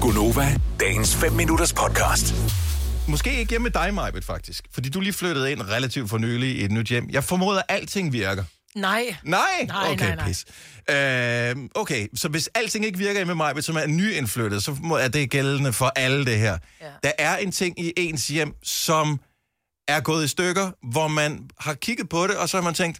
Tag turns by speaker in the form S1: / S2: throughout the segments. S1: Gunova, dagens 5 minutters podcast.
S2: Måske ikke hjemme med dig, Majbet, faktisk. Fordi du lige flyttede ind relativt for nylig i et nyt hjem. Jeg formoder, at alting virker.
S3: Nej.
S2: Nej?
S3: Nej,
S2: okay,
S3: nej, nej.
S2: Pis. Øh, okay, så hvis alting ikke virker hjemme med Majbet, som er nyindflyttet, så må, er det gældende for alle det her. Ja.
S3: Ja.
S2: Der er en ting i ens hjem, som er gået i stykker, hvor man har kigget på det, og så har man tænkt,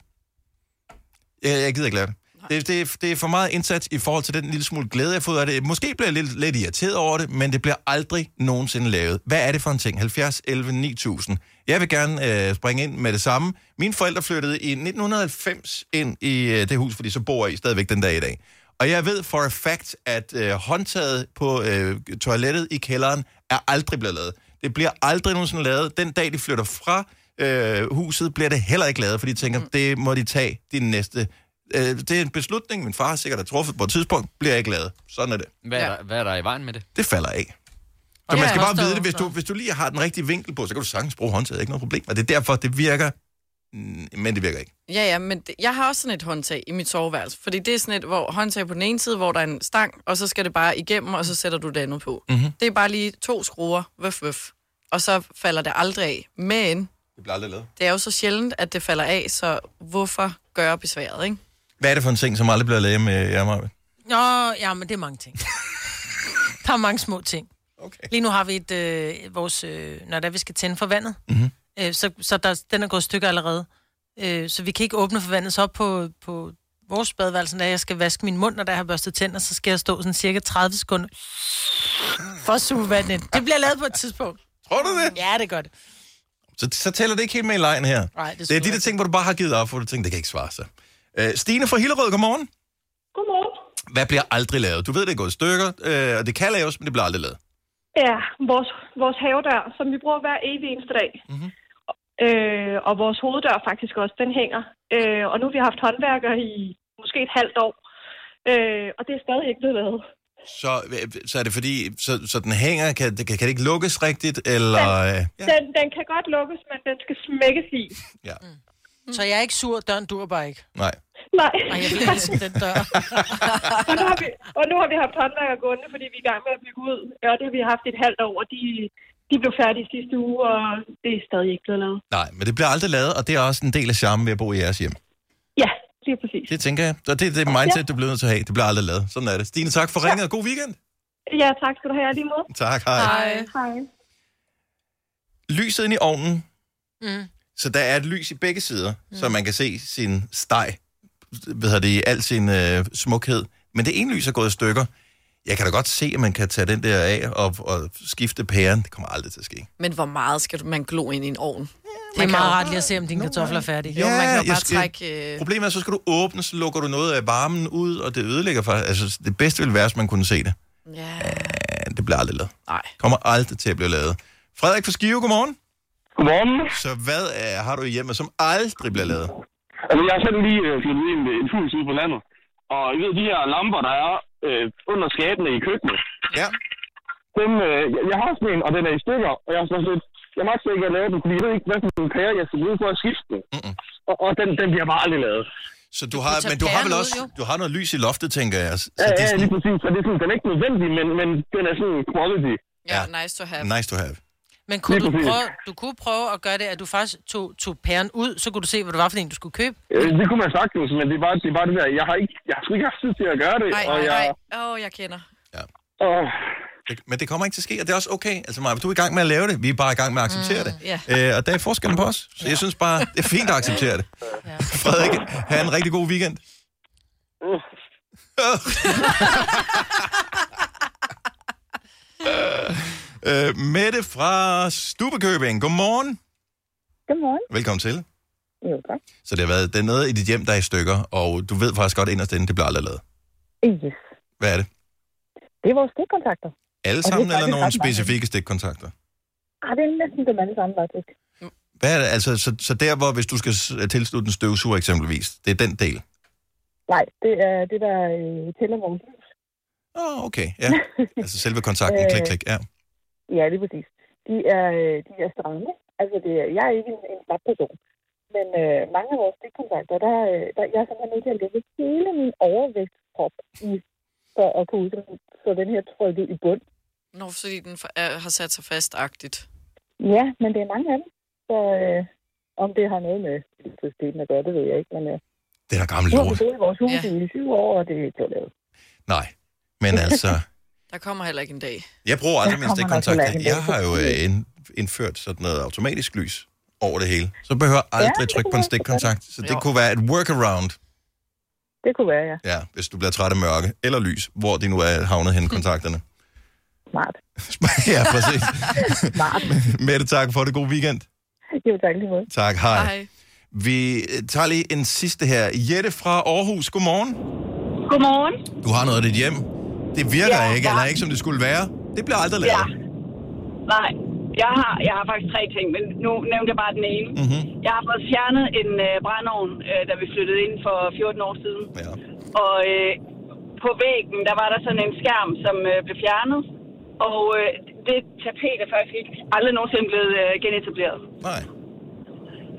S2: jeg, jeg gider ikke lade det. Det, det, er- det er for meget indsats i forhold til den lille smule glæde, jeg har fået af det. Måske bliver jeg lidt, lidt irriteret over det, men det bliver aldrig nogensinde lavet. Hvad er det for en ting? 70, 11, 9000. Jeg vil gerne øh, springe ind med det samme. Mine forældre flyttede i 1990 ind i øh, det hus, fordi så bor jeg i stadigvæk den dag i dag. Og jeg ved for a fact, at øh, håndtaget på øh, toilettet i kælderen er aldrig blevet lavet. Det bliver aldrig nogensinde lavet. Den dag, de flytter fra øh, huset, bliver det heller ikke lavet, fordi de tænker, mm. det må de tage de næste Øh, det er en beslutning, min far har sikkert har truffet på et tidspunkt, bliver jeg ikke glad. Sådan er det.
S4: Hvad, er
S3: Ja.
S4: der, hvad er der i vejen med det?
S2: Det falder af. Så
S3: Og
S2: man
S3: det
S2: skal
S3: er
S2: bare
S3: også
S2: vide det, hvis
S3: derude,
S2: du, hvis du lige har den rigtige vinkel på, så kan du sagtens bruge håndtaget, ikke noget problem. Og det er derfor, det virker, mm, men det virker ikke.
S5: Ja, ja, men det, jeg har også sådan et håndtag i mit soveværelse, fordi det er sådan et hvor, håndtag på den ene side, hvor der er en stang, og så skal det bare igennem, og så sætter du det andet på. Mm-hmm. Det er bare lige to skruer, vøf, vøf, og så falder det aldrig af. Men
S2: Det bliver aldrig lavet.
S5: det er jo så sjældent, at det falder af, så hvorfor gøre besværet, ikke?
S2: Hvad er det for en ting, som aldrig bliver lavet med jer, Maja?
S3: Nå, ja, men det er mange ting. der er mange små ting.
S2: Okay.
S3: Lige nu har vi et, øh, vores, øh, når der vi skal tænde for vandet, mm-hmm.
S2: Mhm.
S3: øh, så, så der, den er gået i stykker allerede. Øh, så vi kan ikke åbne for vandet. Så op på, på vores badeværelse, når jeg skal vaske min mund, når der har børstet tænder, så skal jeg stå sådan cirka 30 sekunder for at suge vandet. ind. Det bliver lavet på et tidspunkt.
S2: Tror du det?
S3: Ja, det gør det.
S2: Så, så tæller det ikke helt med i lejen her.
S3: Nej,
S2: det,
S3: det
S2: det er
S3: skulle
S2: de der
S3: jeg
S2: ting, hvor du bare har givet op, hvor du tænker, det kan ikke svare sig. Øh, Stine fra Hillerød, godmorgen.
S6: Godmorgen.
S2: Hvad bliver aldrig lavet? Du ved, det er gået i stykker, øh, og det kan laves, men det bliver aldrig lavet.
S6: Ja, vores, vores havedør, som vi bruger hver evig eneste dag. Mm-hmm. Øh, og vores hoveddør faktisk også, den hænger. Øh, og nu har vi haft håndværker i måske et halvt år. Øh, og det er stadig ikke blevet lavet.
S2: Så, øh, så er det fordi, så, så den hænger, kan, kan, kan det ikke lukkes rigtigt, eller... øh,
S6: Ja. Den, den kan godt lukkes, men den skal smækkes i.
S2: ja.
S3: Så jeg er ikke sur, døren dur bare ikke.
S2: Nej.
S6: Nej.
S3: Og jeg vil elske den dør.
S6: og, nu har vi, og nu har vi haft håndværker gående, fordi vi er i gang med at bygge ud. Og det har vi haft et halvt år, og de, de blev færdige sidste uge, og det er stadig ikke blevet lavet.
S2: Nej, men det bliver aldrig lavet, og det er også en del af charmen ved at bo i jeres hjem.
S6: Ja, lige præcis.
S2: Det tænker jeg. Og det er det mindset, du bliver nødt til at have. Det bliver aldrig lavet. Sådan er det. Stine, tak for ringet, og god weekend.
S6: Ja, tak skal du have lige måde.
S2: Tak, hej. hej.
S5: Ej.
S6: Hej.
S2: Lyset ind i ovnen,
S3: Mm.
S2: så der er et lys i begge sider, mm. så man kan se sin steg, ved det, i al sin øh, smukhed. Men det ene lys er gået i stykker. Jeg kan da godt se, at man kan tage den der af og, og skifte pæren. Det kommer aldrig til at ske.
S5: Men hvor meget skal du- man glo ind i en ovn?
S3: Det er meget rart lige at se, om dine kartofler er færdige.
S5: Jo, man kan jo
S2: jeg
S5: bare trække, øh,
S2: Problemet er, så skal du åbne, så lukker du noget af varmen ud, og det ødelægger for... Altså, det bedste ville være, hvis man kunne se det.
S5: Ja,
S2: Ja, det bliver aldrig lavet.
S5: nej.
S2: Kommer aldrig til at blive lavet. Frederik fra Skive, godmorgen.
S7: Godmorgen.
S2: Så hvad er, har du i hjemmet, som aldrig bliver lavet?
S7: Altså, jeg har selv lige øh, flyttet ud i en, en hus ude på landet. Og I ved, de her lamper, der er øh, under skabene i køkkenet.
S2: Ja.
S7: Dem, øh, jeg, jeg har sådan en, og den er i stykker. Og jeg har sådan lidt, jeg må ikke at lave den, fordi jeg ved ikke, hvad for en pære, jeg skal bruge for at skifte den.
S2: Mm-mm.
S7: Og, og den, den bliver bare aldrig lavet.
S2: Så du har, men du har vel også, du har noget lys i loftet, tænker jeg. Så
S7: Ja,
S2: det
S7: ja,
S2: er sådan,
S7: lige præcis. Og det er sådan, den er ikke nødvendig, men, men den er sådan quality.
S5: Ja,
S2: Ja.
S5: nice to have.
S2: nice to have.
S3: Men kunne
S7: Lige
S3: du,
S7: præcis.
S3: prøve, du kunne prøve at gøre det, at du faktisk tog, tog pæren ud, så kunne du se, hvad det var for en, du skulle købe.
S7: Øh, det kunne man sagtens, men det er bare det, er bare det der, jeg har, ikke, jeg har sgu ikke haft tid til at gøre det.
S5: Nej,
S7: og
S5: nej,
S7: jeg,
S5: nej. Åh, oh, jeg kender.
S7: Og,
S2: Det- Men det kommer ikke til at ske, og det er også okay. Altså, Maja, du er i gang med at lave det. Vi er bare i gang med at acceptere mm, det. Yeah. Øh, og der er forskellen på os. Så jeg synes bare, det er fint at acceptere det.
S3: Ja.
S2: Frederik, have en rigtig god weekend.
S7: øh,
S2: Øh, Mette fra Stubekøbing. Godmorgen.
S8: Godmorgen.
S2: Velkommen til.
S8: Jo, tak.
S2: Så det har været det er noget i dit hjem, der er i stykker, og du ved faktisk godt inderst inde, det bliver aldrig lavet.
S8: Yes.
S2: Hvad er det?
S8: Det er vores stikkontakter.
S2: Alle
S8: det er
S2: sammen, eller
S8: faktisk
S2: nogle
S8: ret mange.
S2: specifikke stikkontakter?
S8: Ah, det er næsten dem alle sammen, faktisk.
S2: Hvad er det? Altså, så, så der, hvor hvis du skal s- tilslutte en støvsuger eksempelvis, det er den del.
S8: Nej, det er det, der øh, tæller vores lys.
S2: Åh, oh, okay, ja. Altså selve kontakten,
S8: Øh.
S2: klik, klik, ja.
S8: Ja, lige præcis. De er, øh, de er stramme. Altså, det er, jeg er ikke en, en slap person. Men øh, mange af vores stikkontakter, der, øh, der, jeg er simpelthen nødt til at lægge hele min overvægtskrop i, for at kunne ud, så den her trykket i bund.
S5: Nå, fordi den for- er, har sat sig fastagtigt.
S8: Ja, men det er mange af dem. Så øh, om det har noget med elektriciteten at gøre, det ved jeg ikke. Men øh,
S2: Det er da gammel
S8: nu har vi
S2: lort.
S8: boet i vores hus
S5: Ja.
S8: ja. i syv år, og det er ikke blevet lavet.
S2: Nej, men altså...
S5: Der kommer heller ikke en dag.
S2: Jeg bruger aldrig
S8: Der
S2: min
S8: kommer nok
S2: stikkontakter.
S8: heller ikke
S2: Jeg
S8: noget
S2: har jo øh, ind, indført sådan noget automatisk lys over det hele. Så behøver jeg aldrig
S8: Ja,
S2: ja,
S8: det
S2: trykke på
S8: kunne
S2: en
S8: også godt
S2: stikkontakt. Så det
S5: Jo.
S2: kunne være et workaround,
S8: Det kunne være, ja.
S2: ja, hvis du bliver træt af mørke eller lys, hvor de nu er havnet henne, kontakterne.
S8: Smart.
S2: ja, præcis.
S8: Smart.
S2: Mette, tak for det. God weekend.
S8: jo, tak lige måde.
S2: Tak, hej. hej.
S5: Hej.
S2: Vi øh, tager lige en sidste her. Jette fra Aarhus, godmorgen.
S6: Godmorgen.
S2: Du har noget af dit hjem. Det virker
S6: Ja,
S2: ja, ikke,
S6: ja.
S2: eller ikke, som det skulle være. Det bliver aldrig lavet.
S6: Ja. Nej, jeg har, jeg har faktisk tre ting, men nu nævnte jeg bare den ene.
S2: Mhm.
S6: Jeg har fået fjernet en øh, brændeovn, øh, da vi flyttede ind for 14 år siden.
S2: Ja.
S6: Og øh, på væggen, der var der sådan en skærm, som øh, blev fjernet. Og øh, det tapet er faktisk aldrig nogensinde blevet øh, genetableret.
S2: Nej.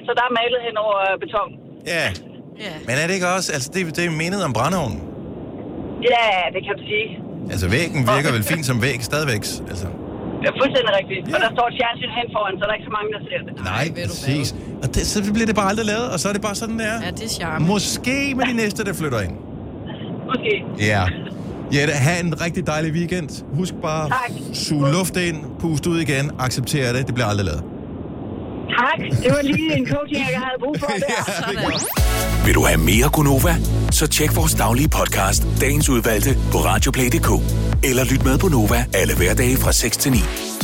S6: Så der er malet hen over øh, beton.
S2: Ja,
S5: Ja.
S2: men er det ikke også... Altså, det, det er mindet om brændeovnen.
S6: Ja, det kan du sige.
S2: Altså væggen virker vel fint som væg stadigvæk. Altså,
S6: Det er fuldstændig rigtigt.
S2: Ja.
S6: Og der står et fjernsyn hen foran, så der er ikke så mange, der ser det.
S2: nej,
S5: ved du hvad.
S2: præcis. Og det, så bliver det bare aldrig lavet, og så er det bare sådan, det er.
S5: Ja, det er charme.
S2: Måske med de næste, der flytter ind.
S6: Måske.
S2: Ja. Jette, have en rigtig dejlig weekend. Husk bare,
S6: Tak.
S2: suge luft ind, puste ud igen, acceptere det. Det bliver aldrig lavet.
S6: Tak. Det var lige en coaching, jeg havde brug for der.
S1: Vil du have mere Gunova? Så tjek vores daglige podcast, dagens udvalgte, på radioplay.dk. Eller lyt med på Nova alle hverdage fra 6 til 9.